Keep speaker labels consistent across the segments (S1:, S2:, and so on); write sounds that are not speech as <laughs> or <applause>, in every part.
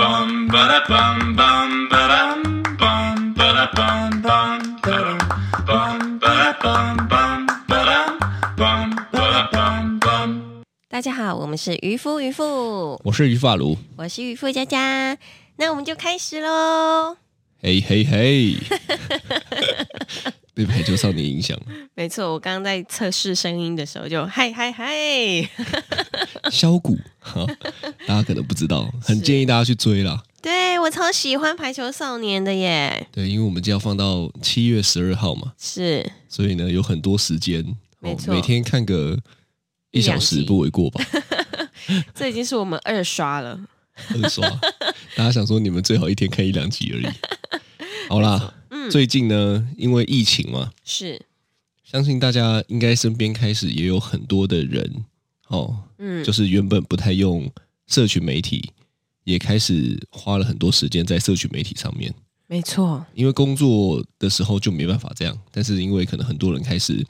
S1: bum ba da bum bum ba dum bum ba da bum bum ba dum bum ba da bum bum ba dum bum ba da bum bum.
S2: 大家好，我们是渔夫渔夫，
S3: 我是于发如，
S2: 我是渔夫佳佳，那我们就开始喽。
S3: 嘿嘿
S2: <laughs>
S3: 嘿，被排球少年影响，
S2: 没错，我刚刚在测试声音的时候就嗨嗨嗨，
S3: 削骨，哈大家可能不知道，很建议大家去追啦。
S2: 对我超喜欢排球少年的耶，
S3: 对，因为我们就要放到七月十二号嘛，
S2: 是
S3: 所以呢有很多时间，
S2: 没错
S3: 每天看个一
S2: 一两
S3: 小时
S2: 集
S3: 不为
S2: <laughs>
S3: 过吧。
S2: 这已经是我们二刷了。
S3: 二刷，大家想说你们最好一天看一两集而已。好啦，
S2: 嗯
S3: 最近呢，因为疫情嘛，
S2: 是，
S3: 相信大家应该身边开始也有很多的人哦，
S2: 嗯，
S3: 就是原本不太用社群媒体，也开始花了很多时间在社群媒体上面。
S2: 没错，
S3: 因为工作的时候就没办法这样，但是因为可能很多人开始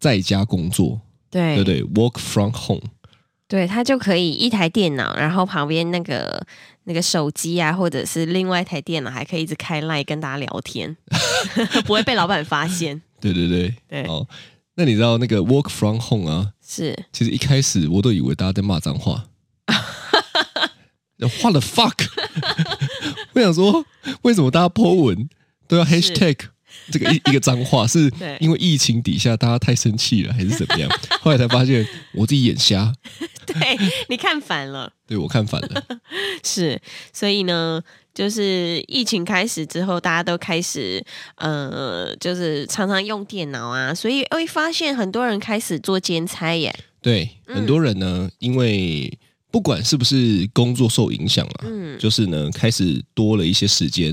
S3: 在家工作，
S2: 对
S3: 对不对？Work from home，
S2: 对，它就可以一台电脑，然后旁边那个那个手机啊，或者是另外一台电脑，还可以一直开 line 跟大家聊天， <laughs> 不会被老板发现。
S3: 对对对，
S2: 对
S3: 哦，那你知道那个 Work from home 啊，
S2: 是
S3: 其实一开始我都以为大家在骂脏话，what the fuck？我想说，为什么大家 po 文都要 hashtag 这个一一个脏
S2: <laughs>
S3: 话？是
S2: 对
S3: 因为疫情底下大家太生气了，还是怎么
S2: <laughs>
S3: 样？后来才发现我自己眼瞎，
S2: 对，你看反了，
S3: 对我看反了。
S2: 是，所以呢，就是疫情开始之后，大家都开始呃，就是常常用电脑啊，所以会发现很多人开始做兼差耶。
S3: 对，
S2: 嗯
S3: 很多人呢，因为不管是不是工作受影响啊，
S2: 嗯，
S3: 就是呢开始多了一些时间，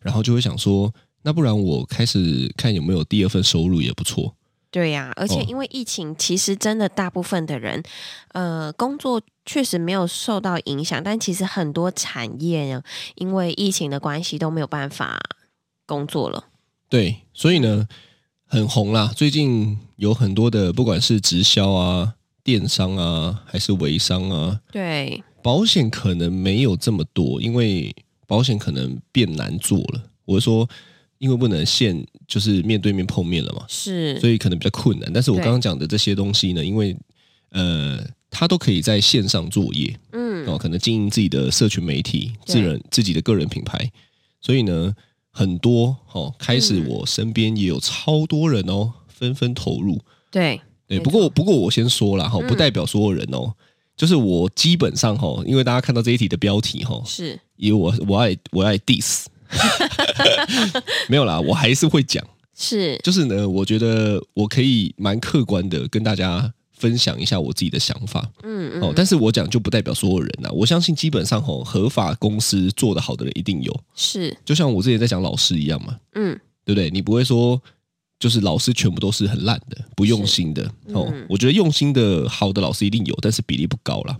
S3: 然后就会想说，那不然我开始看有没有第二份收入也不错。
S2: 对呀、而且
S3: 哦
S2: 因为疫情，其实真的大部分的人，呃，工作确实没有受到影响，但其实很多产业呢，因为疫情的关系都没有办法工作了。
S3: 对，所以呢，很红啦。最近有很多的，不管是直销啊、电商啊，还是微商啊，
S2: 对，
S3: 保险可能没有这么多，因为保险可能变难做了。我是说，因为不能现就是面对面碰面了嘛，
S2: 是，
S3: 所以可能比较困难。但是我
S2: 对
S3: 刚刚讲的这些东西呢，因为呃，它都可以在线上作业，
S2: 嗯，
S3: 哦，可能经营自己的社群媒体、
S2: 对
S3: 自人自己的个人品牌，所以呢，很多哦，开始
S2: 嗯
S3: 我身边也有超多人哦，纷纷投入。
S2: 对，
S3: 对，
S2: 没
S3: 不过不过我先说了哈、
S2: 嗯
S3: 不代表所有人哦，就是我基本上哈、因为大家看到这一题的标题哈、
S2: 是
S3: 以我我爱我爱 diss，没有啦，我还是会讲，
S2: 是，
S3: 就是呢，我觉得我可以蛮客观的跟大家分享一下我自己的想法。
S2: 嗯
S3: 哦
S2: 嗯，，
S3: 但是我讲就不代表所有人呐、我相信基本上吼，合法公司做得好的人一定有，
S2: 是，
S3: 就像我之前在讲老师一样嘛，
S2: 嗯
S3: 对不对？你不会说就是老师全部都是很烂的、不用心的哦。
S2: 嗯
S3: 我觉得用心的好的老师一定有，但是比例不高啦。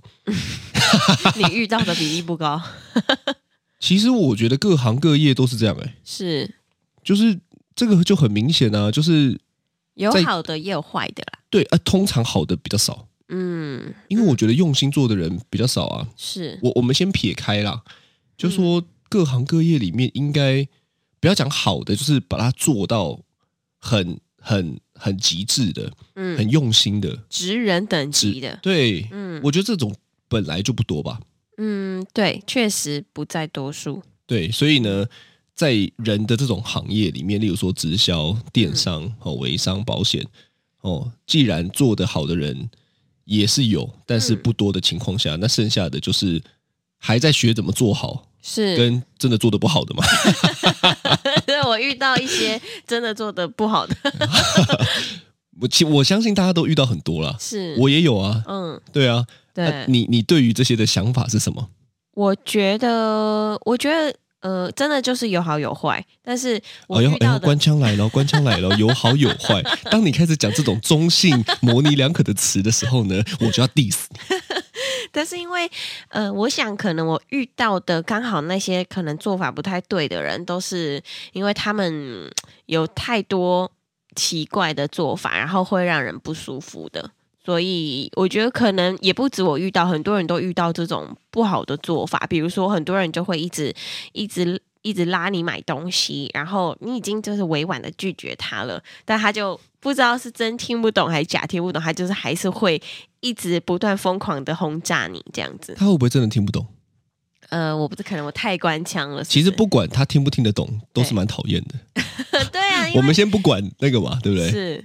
S2: <laughs> 你遇到的比例不高，
S3: 其实我觉得各行各业都是这样哎、
S2: 是
S3: 就是这个就很明显啊，就是
S2: 有
S3: 在
S2: 好的也有坏的啦。
S3: 对啊，通常好的比较少，
S2: 嗯，
S3: 因为我觉得用心做的人比较少啊。
S2: 是，
S3: 我我们先撇开啦，就
S2: 嗯
S3: 说各行各业里面应该不要讲好的，就是把它做到很很很极致的、
S2: 嗯，
S3: 很用心的。
S2: 职人等级的，
S3: 对，
S2: 嗯
S3: 我觉得这种本来就不多吧。
S2: 嗯，对，确实不在多数。
S3: 对，所以呢，在人的这种行业里面，例如说直销、
S2: 嗯
S3: 电商、哦、微商、保险，哦，既然做得好的人也是有，但是
S2: 嗯
S3: 不多的情况下，那剩下的就是还在学怎么做好，
S2: 是，
S3: 跟真的做的不好的嘛。
S2: 对 <laughs> 我遇到一些真的做的不好的，
S3: 我其我相信大家都遇到很多啦，
S2: <laughs> 是呃
S3: 我也有啊，
S2: 嗯，
S3: 对啊，
S2: 对，
S3: 啊你你对于这些的想法是什么？
S2: 我觉得，我觉得，呃，真的就是有好有坏，但是我
S3: 哎呦
S2: 遇
S3: 哎
S2: 到
S3: 呦，
S2: 的，
S3: 官腔来了，官腔来了，有好有坏。当你开始讲这种
S2: <laughs>
S3: 中性、模棱两可的词的时候呢，我就要 diss 你。
S2: <laughs> 但是因为，呃，我想可能我遇到的刚好那些可能做法不太对的人，都是因为他们嗯有太多奇怪的做法，然后会让人不舒服的，所以我觉得可能也不止我遇到，很多人都遇到这种不好的做法。比如说，很多人就会一直一直一直拉你买东西，然后你已经就是委婉的拒绝他了，但他就不知道是真听不懂还是假听不懂，他就是还是会一直不断疯狂的轰炸你这样子。
S3: 他会不会真的听不懂？
S2: 呃，我不是可能我太官腔了，是
S3: 其实
S2: 是
S3: 不管他听不听得懂，都是
S2: 对
S3: 蛮讨厌的。
S2: 对啊，因为
S3: 我们先不管那个嘛，对不对？
S2: 是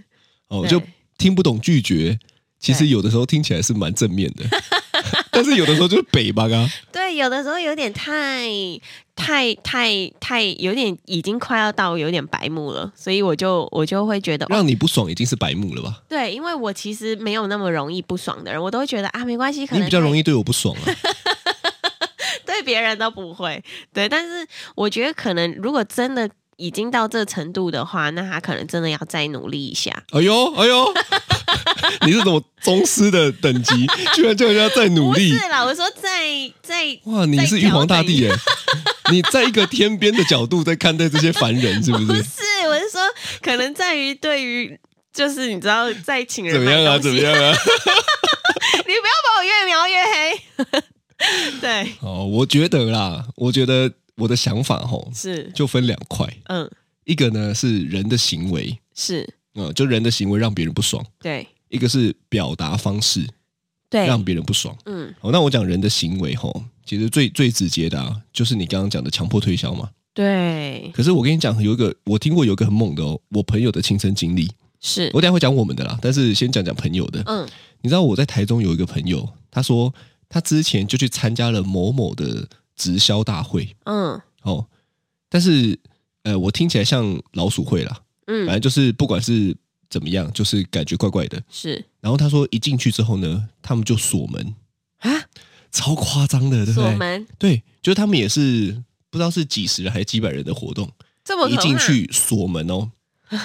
S3: 哦，
S2: 对
S3: 就听不懂拒绝，其实
S2: 对
S3: 有的时候听起来是蛮正面的， <laughs> 但是有的时候就是北吧
S2: <laughs>
S3: 啊。
S2: 对，有的时候有点太太太太，有点已经快要到有点白目了，所以我就我就会觉得，哦
S3: 让你不爽已经是白目了吧？
S2: 对，因为我其实没有那么容易不爽的人，我都会觉得啊，没关系，可
S3: 你
S2: 能
S3: 比较
S2: 他
S3: 容易对我不爽啊。
S2: 对别人都不会，对，但是我觉得可能如果真的已经到这程度的话，那他可能真的要再努力一下。
S3: 哎呦，哎呦， <laughs> 你是什么宗师的等级？
S2: <laughs>
S3: 居然叫人家再努
S2: 不
S3: 力
S2: 是？啦，我说在在
S3: 哇，你是玉皇大帝耶！ <laughs> 你在一个天边的角度在看待这些凡人，是不
S2: 不
S3: 是？
S2: 是，我是说，可能在于对于，就是你知道，在请人
S3: 怎么样啊？
S2: 买东
S3: 怎
S2: 西
S3: 么样啊？ <laughs>
S2: 你不要把我越描越黑。 <laughs> 对，
S3: 哦，我觉得啦，我觉得我的想法吼，
S2: 是，
S3: 就分两块，
S2: 嗯，
S3: 一个呢是人的行为，
S2: 是，
S3: 嗯，就人的行为让别人不爽；
S2: 对，
S3: 一个是表达方式
S2: 对，
S3: 让别人不爽。
S2: 嗯，
S3: 哦，那我讲人的行为吼，其实最最直接的啊，就是你刚刚讲的强迫推销嘛。
S2: 对，
S3: 可是我跟你讲，有一个我听过有一个很猛的哦，我朋友的亲身经历。
S2: 是
S3: 我，等一下会讲我们的啦，但是先讲讲朋友的。
S2: 嗯，
S3: 你知道我在台中有一个朋友，他说他之前就去参加了某某的直销大会
S2: 嗯，
S3: 哦，但是呃，我听起来像老鼠会啦，反
S2: 嗯，
S3: 正就是不管是怎么样，就是感觉怪怪的。
S2: 是
S3: 然后他说一进去之后呢，他们就锁门，
S2: 啊，
S3: 超夸张的，对不
S2: 锁
S3: 对？
S2: 门
S3: 对，就是他们也是不知道是几十人还是几百人的活动，
S2: 这
S3: <laughs>
S2: 么可
S3: 一
S2: 怕
S3: 进，去锁门
S2: <laughs>
S3: 哦。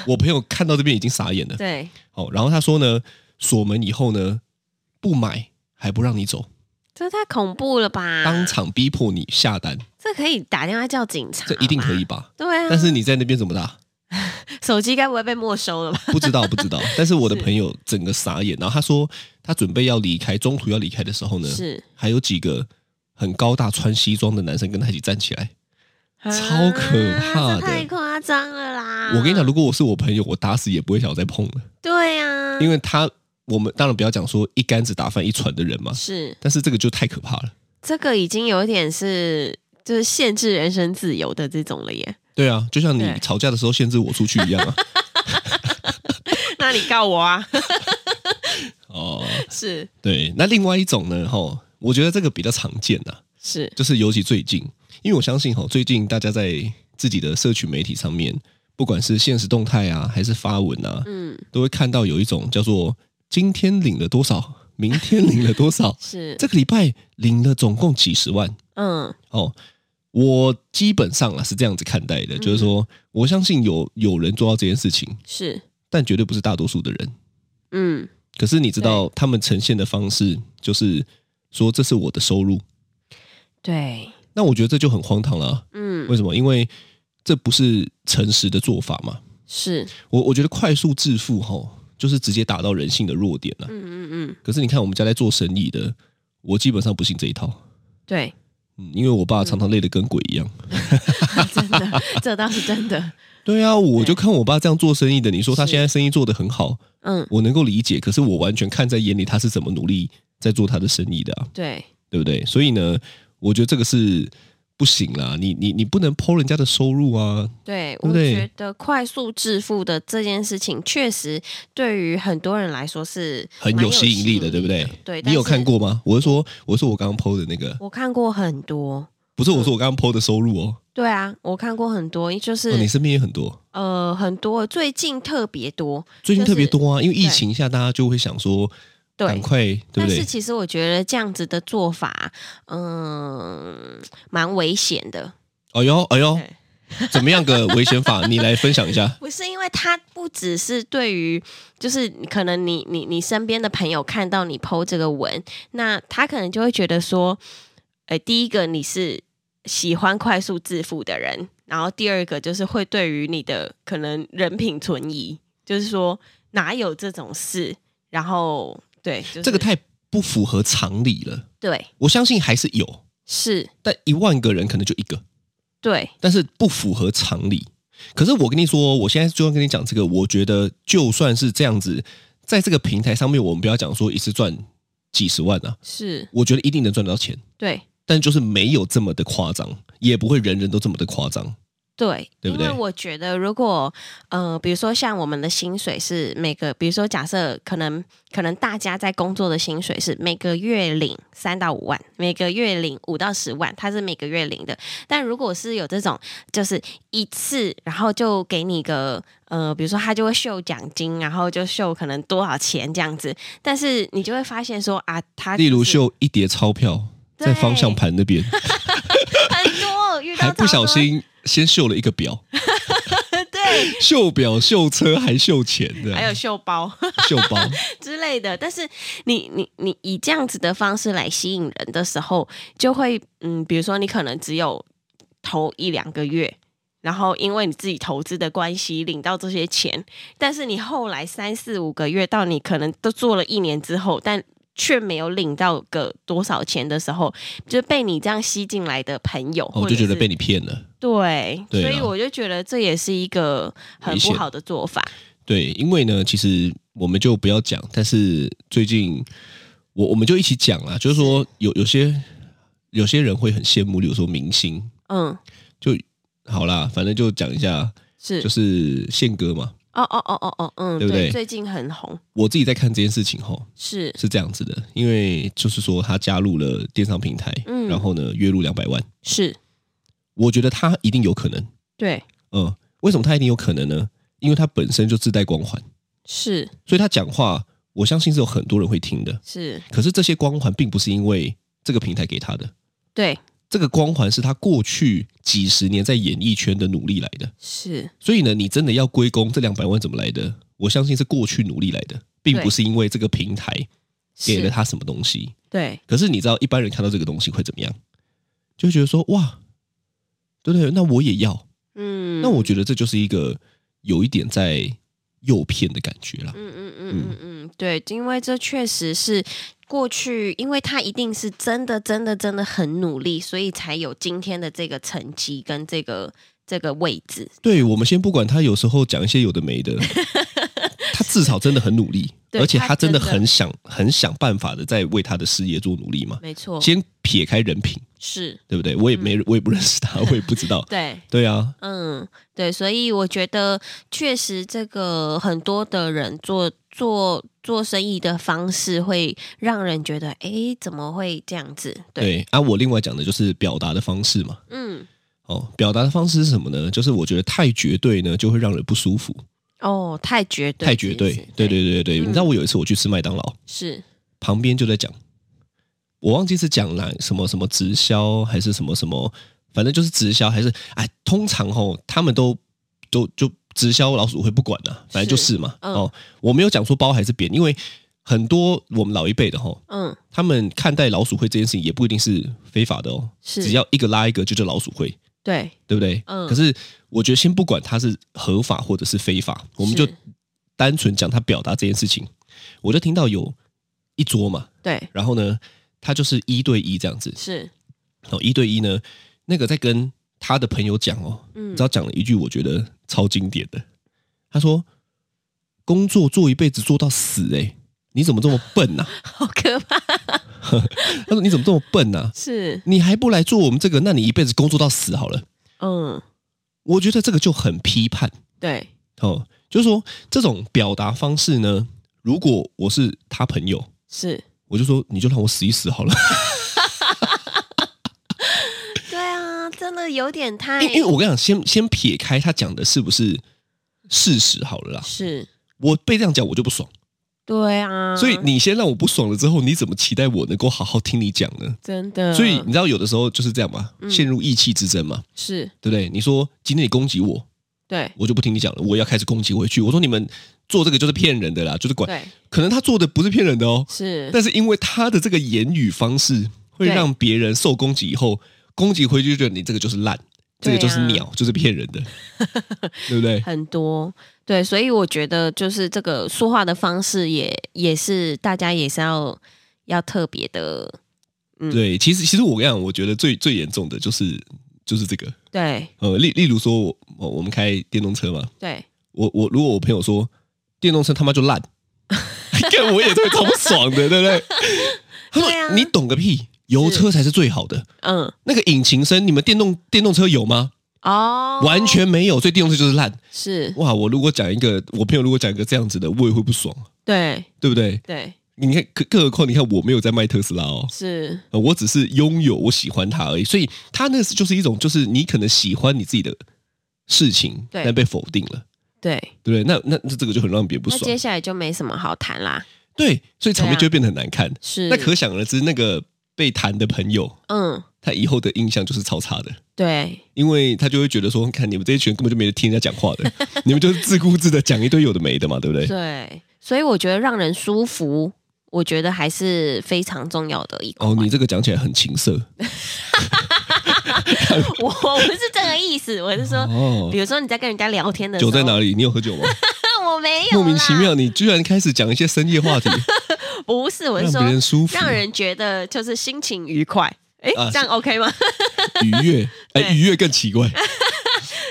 S3: 我朋友看到这边已经傻眼了。
S2: 对，
S3: 哦，然后他说呢，锁门以后呢，不买还不让你走，
S2: 这太恐怖了吧？
S3: 当场逼迫你下单，
S2: 这可以打电话叫警察，
S3: 这一定可以。吧？
S2: 对啊，
S3: 但是你在那边怎么打？
S2: 手机该不会被没收了吧？
S3: 不知道，不知
S2: <laughs>
S3: 道。但是我的
S2: 是
S3: 朋友整个傻眼，然后他说他准备要离开，中途要离开的时候呢，
S2: 是，
S3: 还有几个很高大穿西装的男生跟他一起站起来。超可怕
S2: 啊
S3: 的
S2: 这太夸张了啦！
S3: 我跟你讲，，如果我是我朋友，我打死也不会想要再碰了，
S2: 对啊，
S3: 因
S2: 为
S3: 为他我们当然不要讲说一竿子打翻一船的人嘛，
S2: 是
S3: 但是这个就太可怕了。
S2: 这个已经有一点是就是限制人身自由的这种了耶。
S3: 对啊，就像你
S2: 对
S3: 吵架的时候限制我出去一样
S2: <laughs>
S3: 啊。
S2: 那你告我啊？
S3: 哦，
S2: <laughs> 是
S3: 对，那另外一种呢，哈，我觉得这个比较常见呐、
S2: 是，
S3: 就是尤其最近，因为我相信哈，最近大家在自己的社群媒体上面，不管是现实动态啊，还是发文啊，
S2: 嗯，，
S3: 都会看到有一种叫做“今天领了多少，明天领了多少
S2: <laughs> 是，
S3: 这个礼拜领了总共几十万
S2: 嗯”
S3: 哦。我基本上啊是这样子看
S2: 嗯
S3: 待的，就是说，我相信有有人做到这件事情，
S2: 是，
S3: 但绝对不是大多数的人。
S2: 嗯
S3: 可是你知道他们呈现的方式，就是说这是我的收入，
S2: 对，
S3: 那我觉得这就很荒唐了啊、
S2: 嗯
S3: 为什么？因为这不是诚实的做法嘛。
S2: 是，
S3: 我我觉得快速致富吼，就是直接打到人性的弱点了、
S2: 嗯嗯嗯，
S3: 可是你看我们家在做生意的，我基本上不信这一套， <laughs>
S2: 对，
S3: 嗯，因为我爸常常累得跟鬼一样。
S2: 嗯真的，这倒是真的，
S3: 对啊，我就看我爸这样做生意的，你说他
S2: 是
S3: 现在生意做得很好，
S2: 嗯
S3: 我能够理解，可是我完全看在眼里，他是怎么努力在做他的生意的啊。
S2: 对，
S3: 对不对？所以呢，我觉得这个是不行啦，你你你不能剖人家的收入啊，
S2: 对，
S3: 不
S2: 我
S3: 对
S2: 觉得快速致富的这件事情，确实对于很多人来说是
S3: 很
S2: 蛮有
S3: 吸引力的，对不对？
S2: 对，
S3: 你
S2: 但
S3: 有
S2: 是
S3: 看？过吗？我是说，我说我刚刚剖的那个，
S2: 我看过很多，
S3: 不是
S2: 嗯
S3: 我说我刚刚剖的收入哦，
S2: 对啊，我看过很多，就是、
S3: 哦，你身边也很多，
S2: 呃很多，最近特别多，
S3: 最近
S2: 就是
S3: 特别多啊，因为疫情下大家就会想说，
S2: 对
S3: 赶快，对不
S2: 但
S3: 对
S2: 是？其实我觉得这样子的做法，嗯，蛮危险的。
S3: 哎呦哎呦
S2: 对，
S3: 怎么样个危
S2: <laughs>
S3: 险法？你来分享一下。
S2: 不是因为它不只是对于，就是可能你你你身边的朋友看到你 PO 这个文，那他可能就会觉得说，呃，第一个你是喜欢快速致富的人，然后第二个就是会对于你的可能人品存疑，就是说哪有这种事，然后对，就是、
S3: 这个太不符合常理了。
S2: 对
S3: 我相信还是有，
S2: 是，
S3: 但一万个人可能就一个，
S2: 对，
S3: 但是不符合常理。可是我跟你说，我现在就要跟你讲这个，我觉得就算是这样子，在这个平台上面，我们不要讲说一次赚几十万啊，
S2: 是，
S3: 我觉得一定能赚到钱，
S2: 对，
S3: 但就是没有这么的夸张，也不会人人都这么的夸张。
S2: 对，
S3: 对不
S2: 因为
S3: 对
S2: 我觉得，如果呃，比如说像我们的薪水是每个，比如说假设可能可能大家在工作的薪水是每个月领三到五万，每个月领五到十万，它是每个月领的。但如果是有这种，就是一次，然后就给你个呃，比如说他就会秀奖金，然后就秀可能多少钱这样子，但是你就会发现说啊，他
S3: 例如
S2: 就是
S3: 秀一叠钞票在方向盘那边，
S2: 很多，遇到
S3: 还不小
S2: 超多
S3: 心先秀了一个表，
S2: 对，
S3: 秀表、秀车还秀钱的，
S2: 还有秀包。 <laughs>
S3: 秀包。
S2: 之类的。但是你你你以这样子的方式来吸引人的时候，就会嗯，比如说你可能只有投一两个月。然后，因为你自己投资的关系，领到这些钱，但是你后来三四五个月，到你可能都做了一年之后，但却没有领到个多少钱的时候，就被你这样吸进来的朋友，
S3: 哦我
S2: 或
S3: 就
S2: 者
S3: 觉得
S2: 是
S3: 被你骗了。
S2: 对，
S3: 对
S2: 所以
S3: 啊
S2: 我就觉得这也是一个很
S3: 危
S2: 不
S3: 险
S2: 好的做法。
S3: 对，因为呢，其实我们就不要讲，但是最近我我们就一起讲啦，就是说有有些有些人会很羡慕，比如说明星，
S2: 嗯，
S3: 就好啦，反正就讲一下，
S2: 是，
S3: 就是宪哥嘛。
S2: 哦哦哦哦哦，嗯，
S3: 对不对
S2: 最近很红，
S3: 我自己在看这件事情吼，
S2: 是，
S3: 是这样子的，因为就是说他加入了电商平台，
S2: 嗯
S3: 然后呢月入两百万，
S2: 是
S3: 我觉得他一定有可能，
S2: 对，
S3: 嗯，为什么他一定有可能呢？因为他本身就自带光环，
S2: 是
S3: 所以他讲话，我相信是有很多人会听的。
S2: 是，
S3: 可是这些光环并不是因为这个平台给他的，
S2: 对，
S3: 这个光环是他过去几十年在演艺圈的努力来的。
S2: 是
S3: 所以呢，你真的要归功这两百万怎么来的？我相信是过去努力来的，并不是因为这个平台给了
S2: 是
S3: 他什么东西。
S2: 对，
S3: 可是你知道，一般人看到这个东西会怎么样？就会觉得说哇，对不对？那我也要。
S2: 嗯，
S3: 那我觉得这就是一个有一点在诱骗的感觉啦。
S2: 嗯嗯嗯嗯嗯，对，因为这确实是过去，因为他一定是真的真的真的很努力，所以才有今天的这个成绩跟这个这个位置，
S3: 对，我们先不管他有时候讲一些有的
S2: <laughs>
S3: 没的，他至少真的很努力，
S2: 对
S3: 而且
S2: 他
S3: 他真的
S2: 真的
S3: 很想很想办法的在为他的事业做努力嘛。
S2: 没错，
S3: 先撇开人品，
S2: 是。
S3: 对不对？我也没、我也不认识他，我也不知道
S2: <laughs> 对。
S3: 对啊，
S2: 嗯，对，所以我觉得确实这个很多的人做做做生意的方式会让人觉得，哎，怎么会这样子？对，
S3: 对啊，我另外讲的就是表达的方式嘛。
S2: 嗯，
S3: 哦，表达的方式是什么呢？就是我觉得太绝对呢，就会让人不舒服。
S2: 哦，太绝对，
S3: 太绝对
S2: 是不是，
S3: 对对对对对。
S2: 嗯
S3: 你知道我有一次我去吃麦当劳，
S2: 是，
S3: 旁边就在讲，我忘记是讲哪什么什么直销还是什么什么，反正就是直销还是哎，通常吼他们都都就直销老鼠会不管呐、反正就是嘛。
S2: 嗯
S3: 哦，我没有讲说包还是扁，因为很多我们老一辈的吼，
S2: 嗯，
S3: 他们看待老鼠会这件事情也不一定是非法的哦，
S2: 是，
S3: 只要一个拉一个就叫老鼠会。
S2: 对，
S3: 对不对？
S2: 嗯
S3: 可是我觉得先不管它是合法或者是非法，我们
S2: 是
S3: 就单纯讲他表达这件事情。我就听到有一桌嘛，
S2: 对，
S3: 然后呢，他就是一对一这样子，
S2: 是，
S3: 然后一对一呢，那个在跟他的朋友讲哦，你
S2: 嗯
S3: 知，道讲了一句我觉得超经典的，他说：“工作做一辈子做到死、欸，你怎么这么笨呐、
S2: 好可怕，
S3: <laughs> 他说：“你怎么这么笨呐、
S2: 是，
S3: 你还不来做我们这个，那你一辈子工作到死好了。”
S2: 嗯，
S3: 我觉得这个就很批判。
S2: 对，
S3: 哦，就是说这种表达方式呢，如果我是他朋友，
S2: 是，
S3: 我就说你就让我死一死好了，
S2: 对啊，真的有点太
S3: 因为因为我跟你讲，先先撇开他讲的是不是事实好了啦，
S2: 是，
S3: 我被这样讲我就不爽，
S2: 对啊，
S3: 所以你先让我不爽了之后，你怎么期待我能够好好听你讲呢？
S2: 真的，
S3: 所以你知道有的时候就是这样嘛，
S2: 嗯
S3: 陷入意气之争嘛，
S2: 是
S3: 对不对？你说今天你攻击我，
S2: 对，
S3: 我就不听你讲了，我要开始攻击回去，我说你们做这个就是骗人的啦，就是管，
S2: 对，
S3: 可能他做的不是骗人的哦，
S2: 是，
S3: 但是因为他的这个言语方式会
S2: 对
S3: 让别人受攻击以后，攻击回去就觉得你这个就是烂，这个就是
S2: <laughs> 对啊
S3: 鸟，就是骗人的，对不对？
S2: 很多，对，所以我觉得就是这个说话的方式也也是大家也是要要特别的，嗯
S3: 对，其实其实我跟你讲，我觉得最最严重的就是就是这个，
S2: 对
S3: 呃，例例如说我我我们开电动车嘛，
S2: 对，
S3: 我我如果我朋友说电动车他妈
S2: <laughs>
S3: 就烂，看我也会超不爽的，对不对？他说、
S2: 对啊
S3: 你懂个屁，油车才是最好的。
S2: 嗯，
S3: 那个引擎声，你们电动电动车有吗？
S2: 哦，
S3: 完全没有，所以电动车就是烂。
S2: 是
S3: 哇，我如果讲一个，我朋友如果讲一个这样子的，我也会不爽，
S2: 对
S3: 对不对？
S2: 对
S3: 你看，更更何况你看我没有在卖特斯拉哦，
S2: 是，
S3: 呃我只是拥有，我喜欢它而已。所以它那是就是一种，就是你可能喜欢你自己的事情，
S2: 对
S3: 但被否定了，
S2: 对，
S3: 对不对？那那那这个就很让别人不
S2: 那
S3: 爽
S2: 接。下来就没什么好谈啦，
S3: 对，所以场面
S2: 对啊
S3: 就会变得很难看。
S2: 是
S3: 那可想而知，那个被谈的朋友，
S2: 嗯，
S3: 他以后的印象就是超差的，
S2: 对
S3: 因为他就会觉得说，看你们这一群人根本就没听人家讲话的， <laughs> 你们就是自顾自的讲一堆有的没的嘛，对不对？
S2: 对，所以我觉得让人舒服，我觉得还是非常重要的一块。 <laughs>
S3: 哦，你这个讲起来很情色
S2: 我我不是这个意思，我是说，
S3: 哦
S2: 比。如说你在跟人家聊天的时
S3: 酒
S2: 候，
S3: 在哪里？你有喝酒吗？
S2: <laughs> 我没有啦
S3: 莫名其，妙，你居然开始讲一些深夜话题，
S2: 不是， <laughs> 我是
S3: 让
S2: 说
S3: 别人舒服、
S2: 让人觉得就是心情愉快。哎
S3: 啊，
S2: 这样 OK 吗？ <laughs>
S3: 愉悦。哎，
S2: 对
S3: 愉悦更奇怪。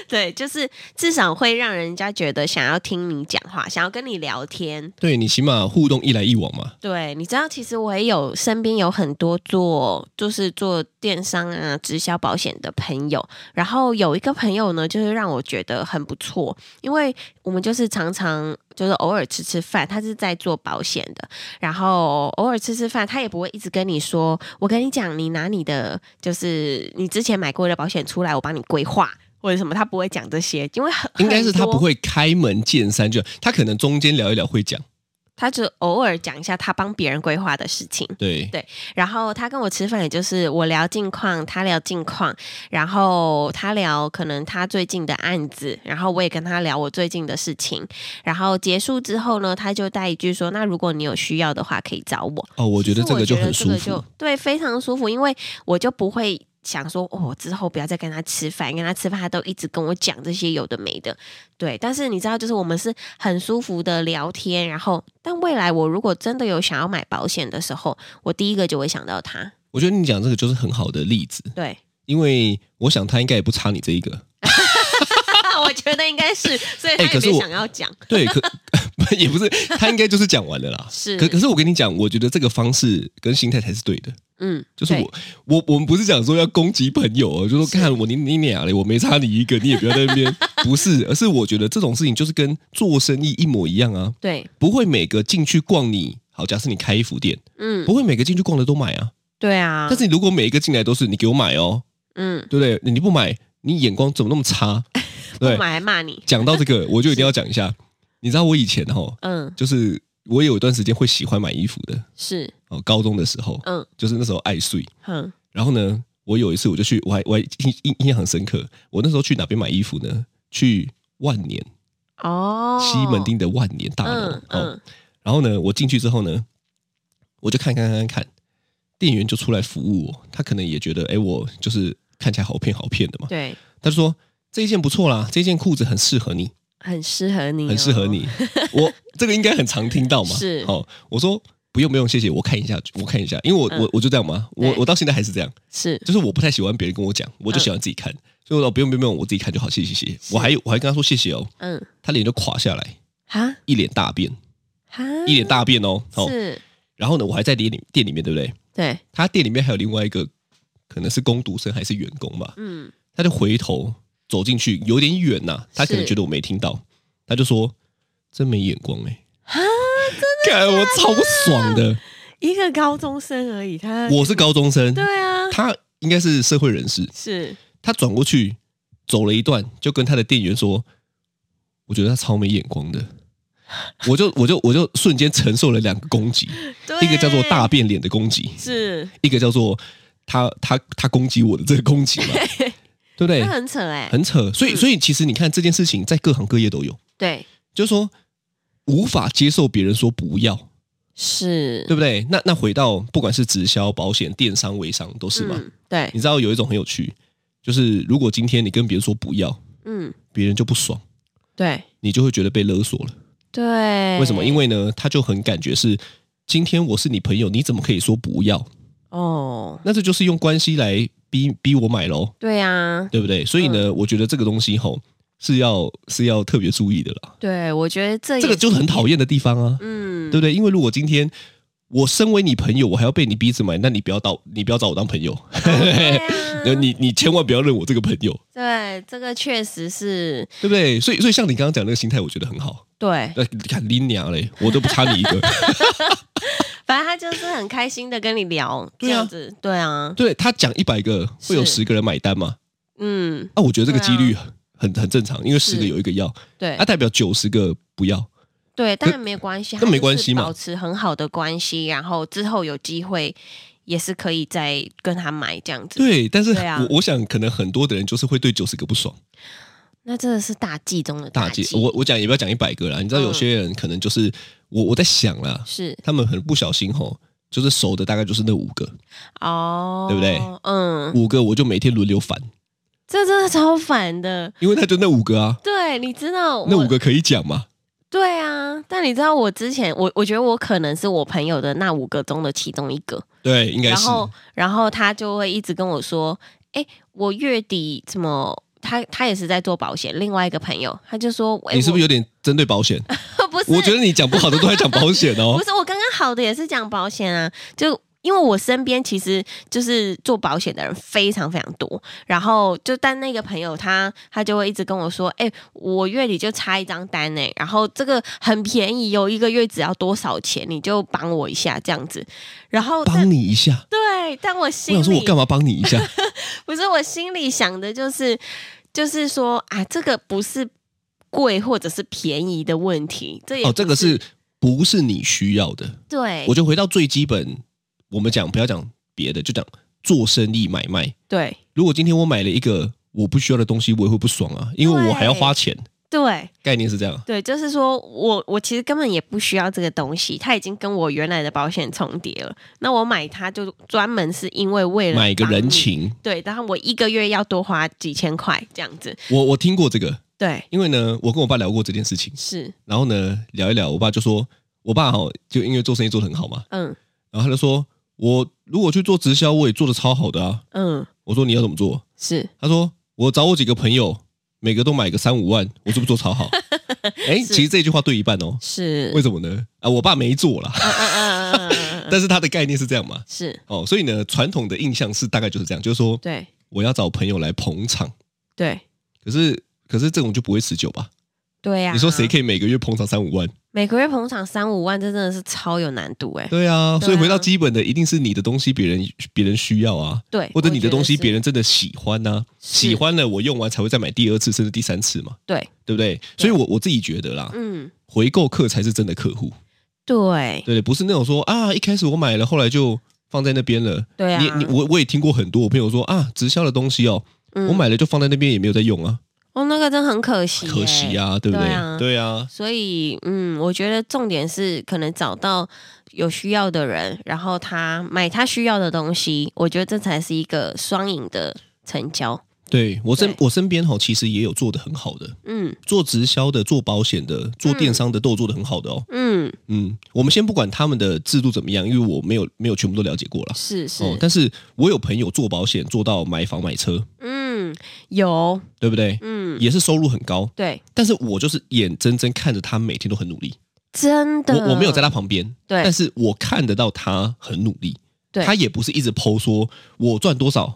S2: 对，就是至少会让人家觉得想要听你讲话，想要跟你聊天。
S3: <laughs> 对你起码互动一来一往嘛。
S2: 对，你知道，其实我也有身边有很多做就是做电商啊、直销保险的朋友，然后有一个朋友呢，就是让我觉得很不错，因为我们就是常常就是偶尔吃吃饭，他是在做保险的，然后偶尔吃吃饭，他也不会一直跟你说，我跟你讲，你拿你的就是你之前买过的保险出来，我帮你规划或者什么，他不会讲这些，因为很
S3: 应该是他
S2: 很多
S3: 不会开门见山，就他可能中间聊一聊会讲。
S2: 他就偶尔讲一下他帮别人规划的事情。
S3: 对
S2: 对然后他跟我吃饭，也就是我聊近况，他聊近况，然后他聊可能他最近的案子，然后我也跟他聊我最近的事情。然后结束之后呢，他就带一句说：“那如果你有需要的话，可以找我。”
S3: 哦，我觉得
S2: 其实
S3: 这个就很舒
S2: 这个
S3: 服
S2: 就。对，非常舒服，因为我就不会。想说，哦，我之后不要再跟他吃饭，跟他吃饭他都一直跟我讲这些有的没的，对。但是你知道，就是我们是很舒服的聊天，然后，但未来我如果真的有想要买保险的时候，我第一个就会想到他，
S3: 我觉得你讲这个就是很好的例子，
S2: 对。 <laughs>
S3: 因为我想他应该也不差你这一 <laughs> 个。
S2: 我觉得应该是，所以
S3: 哎
S2: 他
S3: 可
S2: 也
S3: 是
S2: 没
S3: 我
S2: 想要讲，
S3: 对，可 <laughs> 也不是，他应该就是讲完了啦。
S2: 是
S3: 可可是我跟你讲，我觉得这个方式跟心态才是对的。
S2: 嗯，
S3: 就是
S2: 对
S3: 我，我我们不是讲说要攻击朋友哦，就说看我你你俩嘞，我没差你一个，你也不要在那
S2: <laughs>
S3: 边，不是，而是我觉得这种事情就是跟做生意一模一样啊，
S2: 对，
S3: 不会每个进去逛你，好，假设你开衣服店，
S2: 嗯，
S3: 不会每个进去逛的都买啊，
S2: 对啊，
S3: 但是你如果每一个进来都是你给我买哦，
S2: 嗯，
S3: 对不对？你不买，你眼光怎么那
S2: <laughs>
S3: 么差？
S2: 不
S3: 对，
S2: 买还骂你，
S3: 讲到这个，我
S2: <laughs>
S3: 就一定要讲一下，你知道我以前哦，
S2: 嗯，
S3: 就是我有一段时间会喜欢买衣服的
S2: 是，
S3: 哦，高中的时候，
S2: 嗯
S3: 就是那时候爱睡。
S2: 哼，
S3: 然后呢，我有一次我就去，我还我还印印印象很深刻，我那时候去哪边买衣服呢？去万年
S2: 哦，
S3: 西门町的万年大楼、
S2: 嗯
S3: 哦。
S2: 嗯，
S3: 然后呢，我进去之后呢，我就看看看看看，店员就出来服务我，他可能也觉得哎，我就是看起来好骗好骗的嘛，
S2: 对，
S3: 他就说。这一件不错啦，这一件裤子很适合你，
S2: 很适合你、
S3: 很适合。你。
S2: <laughs>
S3: 我这个应该很常听到嘛。
S2: 哎是
S3: 哦，我说不用不用，谢谢，我看一下，我看一下，因为我、
S2: 嗯
S3: 我我就这样嘛，我
S2: 对
S3: 我到现在还是这样。
S2: 哦是，
S3: 就是我不太喜欢别人跟我讲，我就喜欢自己看，所以我说不用不用不用，我自己看就好，谢谢谢谢。我还我还跟他说谢谢哦，
S2: 嗯，
S3: 他脸就垮下来，
S2: 哈
S3: 一脸大便，
S2: 哈，
S3: 一脸大便哦，哦。
S2: 嗯是，
S3: 然后呢，我还在店里店里面，对不对？
S2: 对，
S3: 他店里面还有另外一个，可能是工读生还是员工吧，
S2: 嗯，
S3: 他就回头走进去，有点远呐、他可能
S2: 是
S3: 觉得我没听到，他就说真没眼光哎、欸，啊，真的，我超不爽的，
S2: 一个高中生而已，他
S3: 我是高中生，
S2: 对啊，
S3: 他应该是社会人士，
S2: 是
S3: 他转过去走了一段，就跟他的店员说：“我觉得他超没眼光的。”我就我就我就瞬间承受了两个攻击，
S2: 对
S3: 一个叫做大变脸的攻击，
S2: 是，
S3: 一个叫做他他他攻击我的这个攻
S2: <laughs>
S3: 击嘛，对不对
S2: 那？很扯哎、
S3: 很扯，所以所以其实你看这件事情在各行各业都有，
S2: 对，
S3: 就是说无法接受别人说不要，
S2: 是，
S3: 对不对？那那回到不管是直销、保险、电商、微商都是嘛，
S2: 嗯，对，
S3: 你知道有一种很有趣，就是如果今天你跟别人说不要，
S2: 嗯，
S3: 别人就不爽。
S2: 对
S3: 你就会觉得被勒索了。
S2: 对，
S3: 为什么？因
S2: 为
S3: 为呢，他就很感觉是今天我是你朋友，你怎么可以说不要？
S2: 哦，
S3: 那这就是用关系来逼逼我买喽，
S2: 对啊，
S3: 对不对？所以呢，我觉得这个东西吼是要是要特别注意的啦。
S2: 对我觉得这
S3: 这个
S2: 也
S3: 就是很讨厌的地方啊，
S2: 嗯
S3: 对，不对？因为如果今天我身为你朋友，我还要被你逼着买，那你不要到，你不要找我当朋友。
S2: 对
S3: 那
S2: 啊
S3: <laughs> 你你千万不要认我这个朋友，
S2: 对这个确实是
S3: 对不对？所以所以像你刚刚讲那个心态，我觉得很好。
S2: 对，
S3: 那你看林娘嘞，我都不差你一个。
S2: 反正他就是很开心的跟你聊这
S3: 对啊
S2: 样子，对啊，
S3: 对他讲一百个，会有
S2: 是
S3: 十个人买单嘛？
S2: 嗯，
S3: 啊，我觉得这个几
S2: 对啊
S3: 率很很正常，因为十个有一个要，
S2: 对
S3: 啊，代表九十个不要。
S2: 对，但没关系，他
S3: 那没
S2: 就是
S3: 关系嘛
S2: 保持很好的关系，然后之后有机会也是可以再跟他买这样子，，
S3: 对，但是我、
S2: 对啊
S3: 我想可能很多的人就是会对九十个不爽。
S2: 那真的是大忌中的
S3: 大
S2: 忌嗯
S3: 姐，，我我讲也不要讲一百个啦，你知道有些人可能就是、我我在想啦，
S2: 是
S3: 他们很不小心吼，就是熟的大概就是那五个，
S2: 哦，
S3: 对不对？
S2: 嗯，
S3: 五个我就每天轮流烦，
S2: 这真的超烦的。
S3: 因为那就那五个啊，
S2: 对，你知道我
S3: 那五个可以讲嘛？
S2: 对啊，但你知道我之前我我觉得我可能是我朋友的那五个中的其中一个，
S3: 对，应该
S2: 然
S3: 是
S2: 后然后他就会一直跟我说，哎，我月底怎么他他也是在做保险，另外一个朋友他就说，诶
S3: 你是不是有点针对保险？
S2: 我 <laughs> 不是？
S3: 我觉得你讲不好的都在讲保险
S2: <laughs>
S3: 哦
S2: 不。是，我刚刚好的也是讲保险啊，就因为我身边其实就是做保险的人非常非常多，然后就但那个朋友他他就会一直跟我说，哎、我月底就差一张单呢、然后这个很便宜，有一个月只要多少钱，你就帮我一下这样子，然后但
S3: 帮你一下，
S2: 对，但我
S3: 我
S2: 心
S3: 想说，我
S2: 里
S3: 干嘛帮你一下？
S2: 不是我心里想的就是就是说啊，这个不是贵或者是便宜的问题，这也
S3: 哦，
S2: 不哎
S3: 这个是不是你需要的？
S2: 对
S3: 我就回到最基本，我们讲不要讲别的，就讲做生意买卖。
S2: 对
S3: 如果今天我买了一个我不需要的东西，我也会不爽啊，因为我还要花钱。
S2: 对。
S3: 概念是这样，
S2: 对，就是说我我其实根本也不需要这个东西，它已经跟我原来的保险重叠了。那我买它就专门是因为为了
S3: 买个
S2: 帮
S3: 人
S2: 你，
S3: 情。
S2: 对，然后我一个月要多花几千块这样子，
S3: 我我听过这个，
S2: 对，
S3: 因为呢，我跟我爸聊过这件事情，
S2: 是，
S3: 然后呢聊一聊，我爸就说，我爸哦，就因为做生意做得很好嘛，
S2: 嗯
S3: 然后他就说，我如果去做直销，我也做得超好的啊。
S2: 嗯，
S3: 我说你要怎么做？
S2: 是
S3: 他说我找我几个朋友，每个都买个三五万，我是不是做超
S2: <laughs>
S3: 好？哎，
S2: 是
S3: 其实这句话对一半哦，
S2: 是，
S3: 为什么呢？啊，我爸没做啦，
S2: 嗯嗯嗯嗯嗯嗯嗯，
S3: 但是他的概念是这样嘛。
S2: 是
S3: 哦，所以呢，传统的印象是大概就是这样，就是说
S2: 对
S3: 我要找朋友来捧场，
S2: 对
S3: 可是可是这种就不会持久吧？
S2: 对啊呀、
S3: 你说谁
S2: 以
S3: 可以每个月捧场三五万？
S2: 每个月捧场三五万，这真的是超有难度哎、
S3: 对啊，
S2: 对啊
S3: 所以回到基本的，一定是你的东西别人别人需要啊，
S2: 对，
S3: 或者你的东西别
S2: 人
S3: 人真的喜欢呐、喜欢了我用完才会再买第二次甚至第三次嘛，
S2: 对，啊
S3: 对不对？所以我我自己觉得啦，
S2: 嗯，
S3: 回购客才是真的客户，
S2: 对
S3: 对对，不是那种说啊一开始我买了，后来就放在那边了。
S2: 对啊，
S3: 你你我我也听过很多我朋友说啊，直销的东西哦，
S2: 嗯
S3: 我买了就放在那边也没有在用啊，
S2: 哦那个真的很可惜、
S3: 可惜
S2: 呀。
S3: 啊，对不对？
S2: 对啊
S3: 对啊，
S2: 所以，嗯，我觉得重点是可能找到有需要的人，然后他买他需要的东西，我觉得这才是一个双赢的成交。
S3: 对我身
S2: 对
S3: 我身边哈、哦其实也有做的很好的，
S2: 嗯
S3: 做直销的、做保险的、做电商的都有做的很好的哦。
S2: 嗯，
S3: 嗯，我们先不管他们的制度怎么样，因为我没有没有全部都了解过啦。
S2: 是是，
S3: 哦，但是我有朋友做保险做到买房买车，
S2: 嗯有，
S3: 对不对？
S2: 嗯
S3: 也是收入很高，
S2: 对，
S3: 但是我就是眼睁睁看着他每天都很努力，
S2: 真的，
S3: 我我没有在他旁边，
S2: 对
S3: 但是我看得到他很努力，
S2: 对
S3: 他也不是一直剖说我赚多少，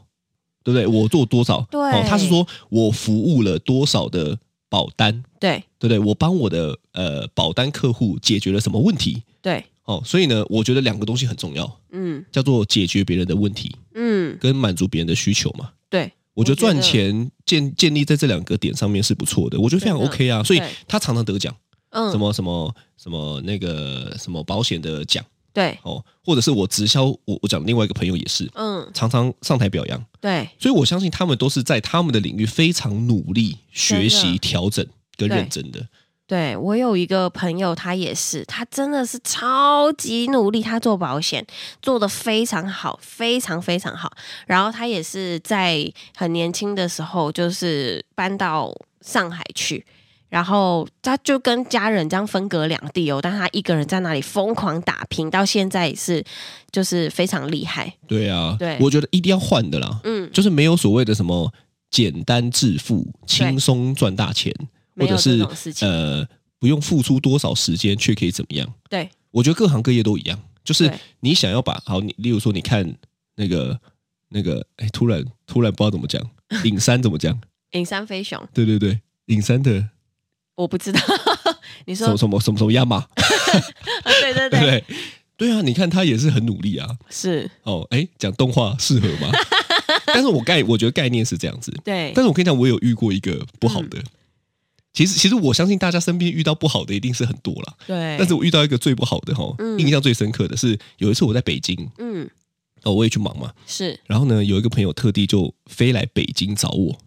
S3: 对不对？我做多少，
S2: 对
S3: 哦，他是说我服务了多少的保单，
S2: 对
S3: 对不对？我帮我的呃保单客户解决了什么问题，
S2: 对，
S3: 哦，所以呢，我觉得两个东西很重要，
S2: 嗯
S3: 叫做解决别人的问题
S2: 嗯
S3: 跟满足别人的需求嘛。
S2: 对，
S3: 我觉
S2: 我觉得
S3: 得赚钱建建立在这两个点上面是不错的，我觉得非常
S2: 真的
S3: OK 啊，所以
S2: 对
S3: 他常常得奖，
S2: 嗯
S3: 什么什么什么那个什么保险的奖。
S2: 对，
S3: 哦，或者是我直销，我我讲另外一个朋友也是，
S2: 嗯
S3: 常常上台表扬，
S2: 对
S3: 所以我相信他们都是在他们的领域非常努力学
S2: 真
S3: 习、
S2: 的
S3: 调整跟
S2: 对
S3: 认真的。
S2: 对，我有一个朋友，他也是，他真的是超级努力，他做保险做得非常好，非常非常好。然后他也是在很年轻的时候，就是搬到上海去，然后他就跟家人这样分隔两地哦，但他一个人在那里疯狂打拼，到现在也是就是非常厉害。
S3: 对啊，
S2: 对
S3: 我觉得一定要换的啦，
S2: 嗯，
S3: 就是没有所谓的什么简单致富、轻松赚大钱，
S2: 没
S3: 或
S2: 有
S3: 者
S2: 这
S3: 是
S2: 种事情。
S3: 呃不用付出多少时间却可以怎么样？
S2: 对，
S3: 我觉得各行各业都一样，就是
S2: 对
S3: 你想要把好，你例如说你看那个那个，哎，突然突然不知道
S2: <laughs>
S3: 怎么讲，隐山怎么讲？
S2: 隐山飞熊，
S3: 对对对，隐山的
S2: 我不知道。 <laughs> 你
S3: 什
S2: 说
S3: 么什么什么什么亚马，
S2: 啊？对对
S3: 对不
S2: 对，
S3: 对？对啊，你看他也是很努力啊。
S2: 是，
S3: 哦，哎，讲动画适合
S2: <laughs>
S3: 吗？但是我概我觉得概念是这样子，
S2: 对嗯
S3: 但是我跟你讲，我有遇过一个不好的。其实，其实我相信大家身边遇到不好的一定是很多啦。
S2: 对。
S3: 但是我遇到一个最不好的哈，
S2: 嗯
S3: 印象最深刻的是有一次我在北京，
S2: 嗯，
S3: 哦，我也去忙嘛，
S2: 是
S3: 然后呢，有一个朋友特地就飞来北京找我，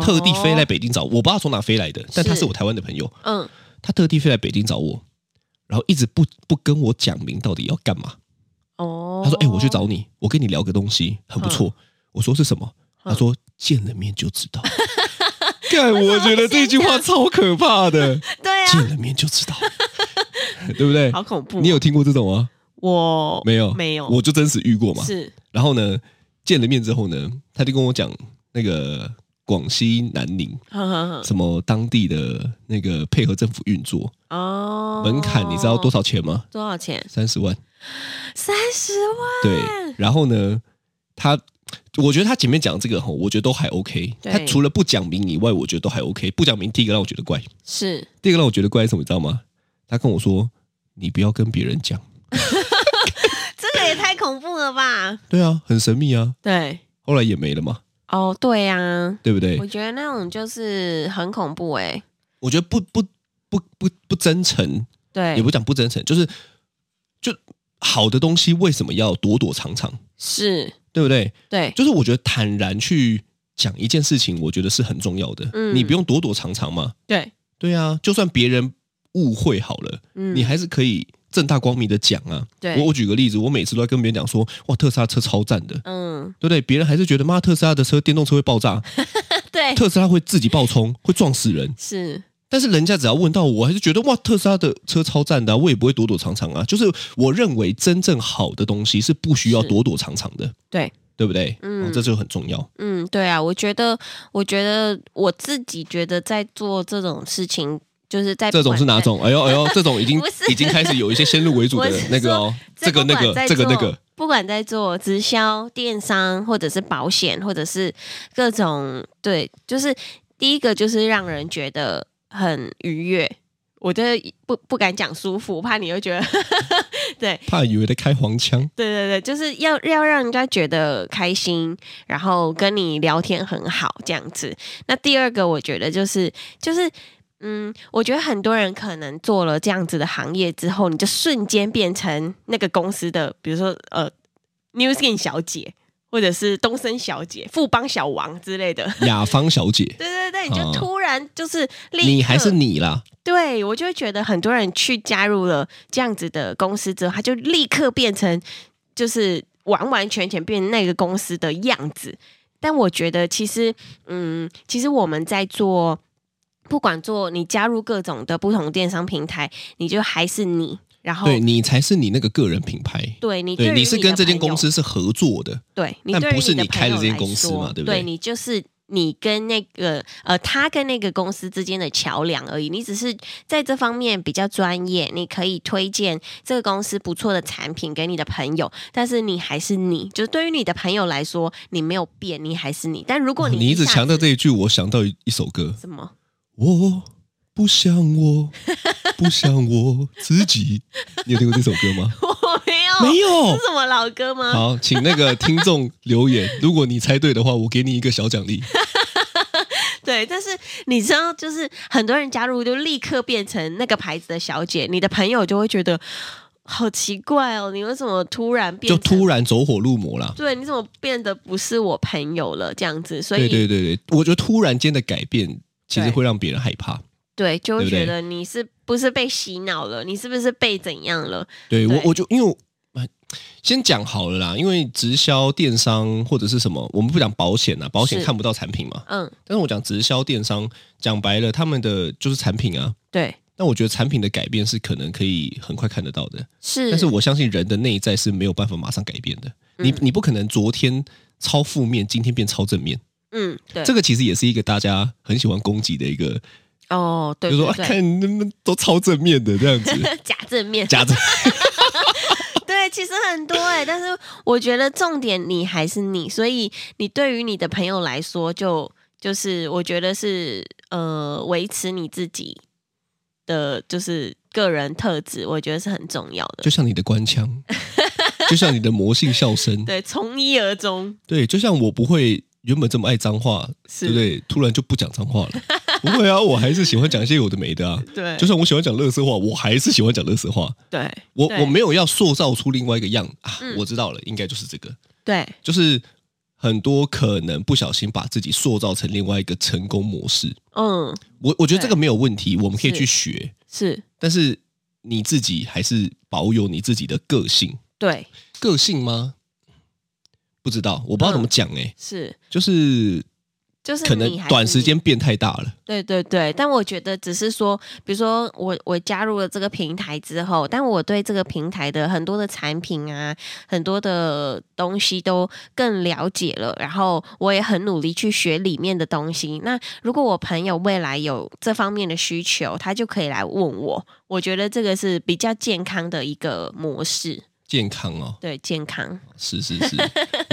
S3: 特地飞来
S2: 哦
S3: 北京找我，我不知道从哪飞来的，但他是我台湾的朋友，
S2: 嗯，
S3: 他特地飞来北京找我，然后一直不不跟我讲明到底要干嘛。
S2: 哦，嗯
S3: 他说：“哎、我去找你，我跟你聊个东西，很不错。我说：“是什么？”他说：“见了面就
S2: <laughs>
S3: 知道。”看，我觉得这句话超可
S2: <laughs>
S3: 怕的，
S2: 对啊，
S3: 见了面就知道， <laughs> 对不对？
S2: 好恐怖哦。
S3: 你有听过这种吗？
S2: 我
S3: 没有，
S2: 没有
S3: 我就真实遇过嘛。
S2: 是
S3: 然后呢，见了面之后呢，他就跟我讲那个广西南宁
S2: 呵呵呵
S3: 什么当地的那个配合政府运作、
S2: 哦，
S3: 门槛，你知道多少钱吗？
S2: 多少钱？
S3: 三十万。
S2: 啊三十万，
S3: 对，然后呢，他我觉得他前面讲这个吼，我觉得都还 OK。
S2: 对
S3: 他除了不讲明以外，我觉得都还 OK。不讲明，第一个让我觉得怪，
S2: 是
S3: 第二个让我觉得怪是什么，你知道吗？他跟我说：“你不要跟别人讲。
S2: 这个也太恐怖了吧？”
S3: 对啊，很神秘啊。
S2: 对，
S3: 后来也没了嘛，
S2: 哦，对啊，
S3: 对不对
S2: 我？觉得那种就是很恐怖哎、
S3: 我觉得不不不不不真诚，
S2: 对，
S3: 也不讲不真诚，就是就好的东西为什么要躲躲藏藏，
S2: 是，
S3: 对不对？
S2: 对，
S3: 就是我觉得坦然去讲一件事情，我觉得是很重要的。
S2: 嗯
S3: 你不用躲躲藏藏嘛。
S2: 对，
S3: 对啊，就算别人误会好了，
S2: 嗯，哎
S3: 你还是可以正大光明的讲啊。
S2: 对
S3: 我我举个例子，我每次都在跟别人讲说，哇，特斯拉车超赞的，
S2: 嗯，
S3: 对不对？别人还是觉得妈特斯拉的车电动车会爆炸，
S2: 对，
S3: 特斯拉会自己爆冲，会撞死人。
S2: 是，
S3: 但是人家只要问到我，还是觉得哇，特斯拉的车超赞的啊、我也不会躲躲藏藏啊。就是我认为真正好的东西是不需要
S2: 是
S3: 躲躲藏藏的，
S2: 对，
S3: 对不对？
S2: 嗯
S3: 哦这就很重要。
S2: 嗯，对啊，我觉得，我觉得我自己觉得在做这种事情，就是在
S3: 这种是哪？种？哎呦
S2: <laughs>
S3: 哎呦，这种已经
S2: 不是
S3: 已经开始有一些先入为主的
S2: 我是
S3: 那个哦，
S2: 在
S3: 这个那
S2: 不管
S3: 个
S2: 在
S3: 这个那
S2: 做
S3: 个，，
S2: 不管在做直销、电商，或者是保险，或者是各种对，就是第一个就是让人觉得很愉悦。我这不不敢讲舒服，怕你又觉得对
S3: 怕以为在开黄腔。
S2: 对对对，就是要要让人家觉得开心，然后跟你聊天很好这样子。那第二个，我觉得就是就是。嗯，我觉得很多人可能做了这样子的行业之后，你就瞬间变成那个公司的，比如说呃，New Skin 小姐，或者是东森小姐、富邦小王之类的。 <laughs>
S3: 雅芳小姐，
S2: 对对对，你就
S3: 哦
S2: 突然就是立刻
S3: 你还是你啦，
S2: 对，我就会觉得很多人去加入了这样子的公司之后，他就立刻变成就是完完全全变那个公司的样子。但我觉得其实，嗯，其实我们在做，不管做你加入各种的不同电商平台，你就还是你，然后
S3: 对你才是你那个个人品牌。
S2: 对哦你对
S3: 对，
S2: 于
S3: 你是跟
S2: 的
S3: 这间
S2: 朋友
S3: 公，司是合作的，
S2: 对你
S3: 但
S2: 对于
S3: 不是
S2: 的
S3: 你开
S2: 朋
S3: 了
S2: 友
S3: 这间
S2: 来
S3: 公司嘛
S2: 说
S3: 对不
S2: 对
S3: 对
S2: 你就是。你跟那个呃，他跟那个公司之间的桥梁而已，你只是在这方面比较专业，你可以推荐这个公司不错的产品给你的朋友，但是你还是你，就是对于你的朋友来说，你没有变，你还是你。但如果
S3: 哦
S2: 你
S3: 你一直
S2: 下
S3: 强调
S2: 子
S3: 这一句，我想到一一首歌，
S2: 什么， <laughs>
S3: 我不像我，不像我自己。你有听过这首歌吗？
S2: 我没有，
S3: 没有
S2: 是。什么老歌吗？
S3: 好，请那个听众留言， <laughs> 如果你猜对的话，我给你一个小奖励。
S2: 对，但是你知道，就是很多人加入就立刻变成那个牌子的小姐，你的朋友就会觉得好奇怪哦，你为什么突然变
S3: 就
S2: 成？
S3: 突然走火入魔啦。
S2: 对，你怎么变得不是我朋友了？这样子，所以
S3: 对对对对，我觉得突然间的改变，其实
S2: 对
S3: 会让别人害怕。
S2: 对就会
S3: 对不
S2: 觉
S3: 对
S2: 得你是不是被洗脑了？你是不是被怎样了？
S3: 对
S2: 对
S3: 我，我就因为哎先讲好了啦，因为直销、电商或者是什么，我们不讲保险啊，保险
S2: 是
S3: 看不到产品嘛。
S2: 嗯，
S3: 但是我讲直销、电商，讲白了，他们的就是产品啊。
S2: 对，
S3: 但我觉得产品的改变是可能可以很快看得到的，
S2: 是，
S3: 但是我相信人的内在是没有办法马上改变的。你
S2: 嗯
S3: 你不可能昨天超负面，今天变超正面。
S2: 嗯，对，
S3: 这个其实也是一个大家很喜欢攻击的一个，
S2: 哦，对
S3: 就
S2: 对
S3: 说、啊、
S2: 对，
S3: 看你们都超正面的这样子，
S2: <laughs> 假正面，
S3: 假正
S2: <laughs> 对，其实很多哎、但是我觉得重点你还是你，所以你对于你的朋友来说就，就是我觉得是呃维持你自己的就是个人特质，我觉得是很重要的
S3: 就。像你的官腔，就像你的魔性笑声，
S2: 对，从一而终
S3: 对，就像我不会原本这么爱脏话，对
S2: 是，
S3: 不对？突然就不讲脏话了，不会啊，我还是喜欢讲一些有的没的啊。
S2: <laughs> 对
S3: 就算我喜欢讲乐色话，我还是喜欢讲乐色话。
S2: 对，
S3: 我
S2: 对
S3: 我没有要塑造出另外一个样啊，
S2: 嗯
S3: 我知道了，应该就是这个，
S2: 对，
S3: 就是很多可能不小心把自己塑造成另外一个成功模式。
S2: 嗯，
S3: 我我觉得这
S2: 对
S3: 个没有问题，我们可以
S2: 是
S3: 去学，
S2: 是
S3: 但是你自己还是保有你自己的个性，
S2: 对，
S3: 个性吗？不知道，我不知道怎么讲哎、
S2: 是，
S3: 就是
S2: 嗯就是
S3: 可能
S2: 你还是
S3: 短时
S2: 你
S3: 间变太大了，
S2: 对对对，但我觉得只是说，比如说我我加入了这个平台之后，但我对这个平台的很多的产品啊，很多的东西都更了解了，然后我也很努力去学里面的东西。那如果我朋友未来有这方面的需求，他就可以来问我。我觉得这个是比较健康的一个模式，
S3: 健康哦，
S2: 对健康，
S3: 是是
S2: <laughs>
S3: 是，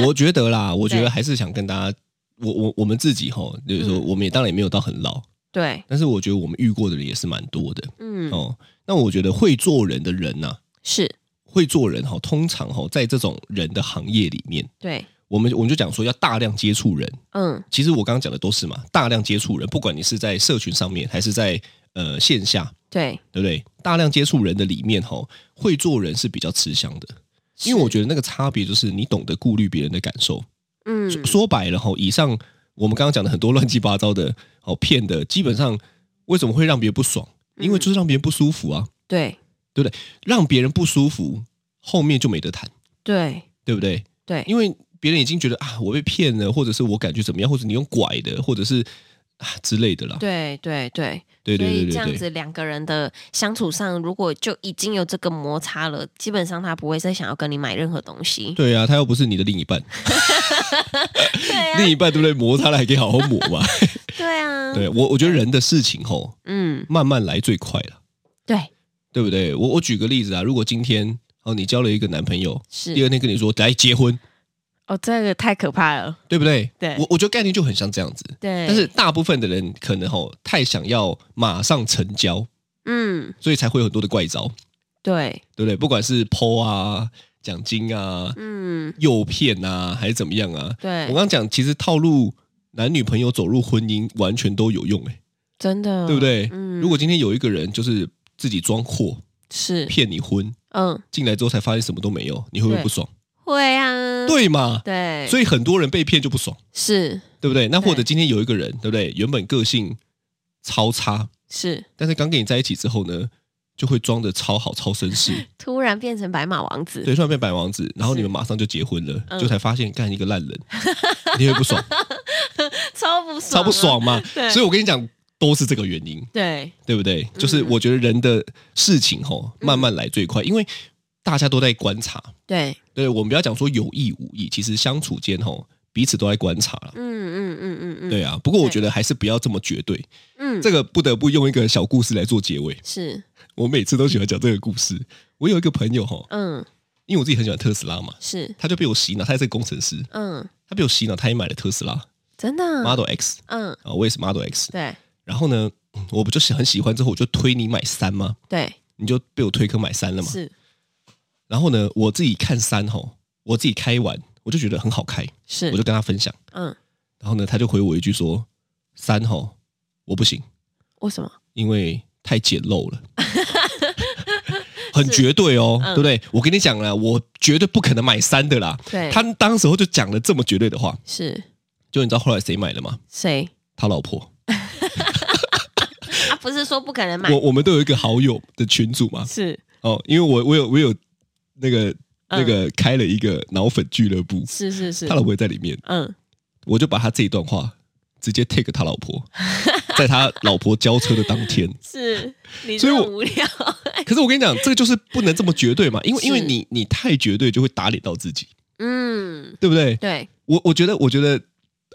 S3: 我觉得啦，我觉
S2: 对
S3: 得还是想跟大家，我我我们自己哈，就是说
S2: 嗯
S3: 我们也当然也没有到很老，
S2: 对，
S3: 但是我觉得我们遇过的人也是蛮多的
S2: 嗯，
S3: 哦。那我觉得会做人的人呐、啊
S2: 是
S3: 会做人哈，通常哈，在这种人的行业里面，
S2: 对，
S3: 我们我们就讲说要大量接触人，
S2: 嗯，
S3: 其实我刚刚讲的都是嘛，大量接触人，不管你是在社群上面还是在呃线下，
S2: 对，
S3: 对不对？大量接触人的里面，哈，会做人是比较吃香的，因为我觉得那个差别就是你懂得顾虑别人的感受。
S2: 嗯，
S3: 说说白了，哈，以上我们刚刚讲的很多乱七八糟的，哦，骗的，基本上为什么会让别人不爽？
S2: 嗯
S3: 因为就是让别人不舒服啊，
S2: 对
S3: 让别人不舒服，后面就没得谈，
S2: 对
S3: 对不对？
S2: 对，
S3: 因为别人已经觉得啊，我被骗了，或者是我感觉怎么样，或者你用拐的，或者是啊之类的啦。
S2: 对对对，
S3: 对对
S2: 所
S3: 对
S2: 以
S3: 对
S2: 这样
S3: 对对，
S2: 子两个人的相处上，如果就已经有这个摩擦了，基本上他不会再想要跟你买任何东西。
S3: 对啊，他又不是你的另
S2: <laughs>
S3: 一半，
S2: 对
S3: 另
S2: 啊，
S3: 一半对不对？ <laughs> 磨他了还可以好好磨嘛。 <laughs>
S2: 对啊，
S3: 对我，我觉得人的事情吼，
S2: 嗯，
S3: 慢慢来最快了，
S2: 对，
S3: 对不对？我我举个例子啊，如果今天哦你交了一个男朋友，第二
S2: 是
S3: 天跟你说来结婚，
S2: 哦，这个太可怕了。
S3: 对不对？
S2: 对
S3: 我我觉得概念就很像这样子。
S2: 对，
S3: 但是大部分的人可能吼太想要马上成交，
S2: 嗯，
S3: 所以才会有很多的怪招，
S2: 对，
S3: 对不对？不管是剖啊、奖金啊、
S2: 嗯，
S3: 诱骗啊，还是怎么样啊？我
S2: 对
S3: 刚，刚讲，其实套路男女朋友走入婚姻完全都有用、欸，
S2: 真的，
S3: 对不？对？
S2: 嗯
S3: 如果今天有一个人就是自己装货
S2: 是，
S3: 骗你婚，
S2: 嗯，
S3: 进来之后才发现什么都没有，你会不会
S2: 对
S3: 不爽？
S2: 会啊，
S3: 对嘛？
S2: 对，
S3: 所以很多人被骗就不爽，
S2: 是
S3: 对不对？那或者
S2: 对
S3: 今天有一个人，对不对？原本个性超差，
S2: 是，
S3: 但是刚跟你在一起之后呢，就会装的超好、超
S2: <laughs>
S3: 绅士，
S2: 突然变成白马王子，
S3: 对，突然变白王子，然后
S2: 是
S3: 你们马上就结婚了，
S2: 嗯
S3: 就才发现干一个烂人，你会不
S2: <laughs>
S3: 爽，
S2: 超不爽，啊
S3: 超不爽。嘛？
S2: <laughs> 对嗯
S3: 所以我跟你讲，都是这个原因。
S2: 对，
S3: 对不对？就是我觉得人的事情吼，慢慢来最
S2: 嗯
S3: 快，因为大家都在观察。
S2: 对，
S3: 对我们不要讲说有意无意，其实相处间吼彼此都在观察了。
S2: 嗯嗯嗯嗯嗯，
S3: 对，啊，不过我觉得还是不要这么绝对。
S2: 嗯，
S3: 这个不得不用一个小故事来做结尾。
S2: 是，
S3: 我每次都喜欢讲这个故事。我有一个朋友吼，
S2: 嗯，
S3: 因为我自己很喜欢特斯拉嘛，
S2: 是，
S3: 他就被我洗脑，他也是个工程师，
S2: 嗯，
S3: 他被我洗脑，他也买了特斯拉
S2: 真的，
S3: Model X
S2: 嗯，
S3: 啊，我也是 Model X。
S2: 对
S3: 然后呢，嗯我不就喜很喜欢之后，我就推你买三吗？
S2: 对，
S3: 你就被我推坑买三了嘛？
S2: 是
S3: 然后呢，我自己看山吼，我自己开完，我就觉得很好开，
S2: 是，
S3: 我就跟他分享。
S2: 嗯，
S3: 然后呢，他就回我一句说：“山吼，我不行，
S2: 为什么？
S3: 因为太简陋
S2: <laughs>
S3: 了。”很绝对哦，
S2: 嗯
S3: 对不对？我跟你讲了，我绝对不可能买三的啦。
S2: 对，
S3: 他当时候就讲了这么绝对的话，
S2: 是
S3: 就你知道后来谁买了吗？
S2: 谁？
S3: 他老婆。
S2: 他不是说不可能买
S3: 我，我们都有一个好友的群组嘛，
S2: 是
S3: 哦，因为我我有我有那个那个开了一个脑粉俱乐部，
S2: 嗯是是是
S3: 他，老婆也在里面，
S2: 嗯，
S3: 我就把他这一段话直接 take 他
S2: <laughs>
S3: 老婆，在他老婆交车的当天。 <laughs>
S2: 是，你
S3: 所以
S2: 真的
S3: 我
S2: 无聊，
S3: 可是我跟你讲，这个就是不能这么绝对嘛，因为
S2: 哎是
S3: 因为你你太绝对就会打脸到自己，
S2: 嗯，
S3: 对不对？
S2: 对，
S3: 我我觉得我觉得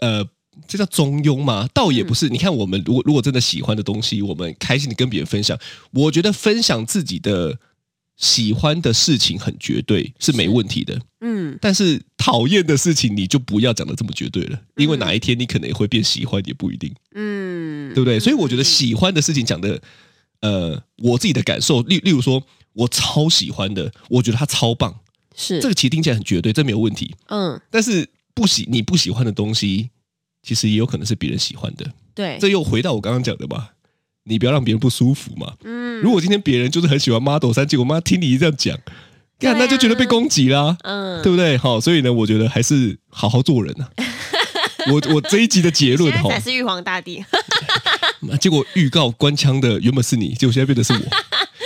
S3: 呃。这叫中庸吗？倒也
S2: 嗯
S3: 不是。你看，我们如果如果真的喜欢的东西，我们开心的跟别人分享，我觉得分享自己的喜欢的事情很绝对是没问题的。
S2: 嗯，
S3: 但是讨厌的事情，你就不要讲的这么绝对了，因为
S2: 嗯
S3: 哪一天你可能也会变喜欢，也不一定。
S2: 嗯，
S3: 对不对？所以我觉
S2: 嗯
S3: 得喜欢的事情讲的，呃，我自己的感受，例例如说，我超喜欢的，我觉得它超棒，
S2: 是
S3: 这个其实听起来很绝对，这没有问题。
S2: 嗯，
S3: 但是不喜你不喜欢的东西，其实也有可能是别人喜欢的。
S2: 对，
S3: 这又回到我刚刚讲的嘛，你不要让别人不舒服嘛。
S2: 嗯，
S3: 如果今天别人就是很喜欢 Model 三，结果妈听你这样讲，
S2: 对啊
S3: 看、那就觉得被攻击啦、
S2: 嗯，
S3: 对不对？好，所以呢，我觉得还是好好做人
S2: <laughs>
S3: 啊。我我这一集的结论
S2: 现在
S3: 哈，
S2: 才是玉皇大
S3: <laughs>
S2: 帝，
S3: 啊结果预告官腔的原本是你，结果现在变
S2: <laughs>
S3: 得是我。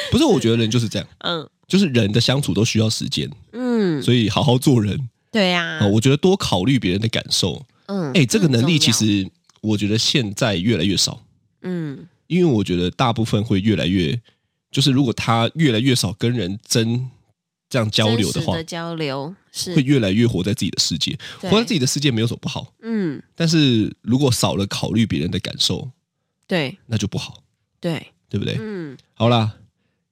S3: 不是，我觉得人就是这样，
S2: 嗯
S3: 就是人的相处都需要时间，
S2: 嗯，
S3: 所以好好做人
S2: 对呀
S3: 啊、，我觉得多考虑别人的感受，
S2: 嗯，
S3: 哎，这个
S2: 很
S3: 能力
S2: 重
S3: 其
S2: 要，
S3: 实我觉得现在越来越少，
S2: 嗯
S3: 因为我觉得大部分会越来越，就是如果他越来越少跟人真这样交流
S2: 真
S3: 的
S2: 实
S3: 话，
S2: 交流是
S3: 会越来越活在自己的世界，活在自
S2: 己，
S3: 己的世界没有什么不好，
S2: 嗯，
S3: 但是如果少了考虑别人的感受，
S2: 对
S3: 那就不好， <laughs>
S2: 对，
S3: 对不对？
S2: 嗯
S3: 好啦，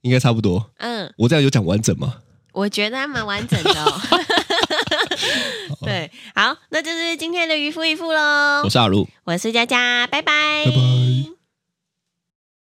S3: 应该差不多。
S2: 嗯，
S3: 我这样有讲完整吗？
S2: 我觉得还蛮完整的哦。对，好，那就是今天的渔夫渔夫喽
S3: 我。是阿如，
S2: 我是佳佳，拜拜，
S3: 拜拜。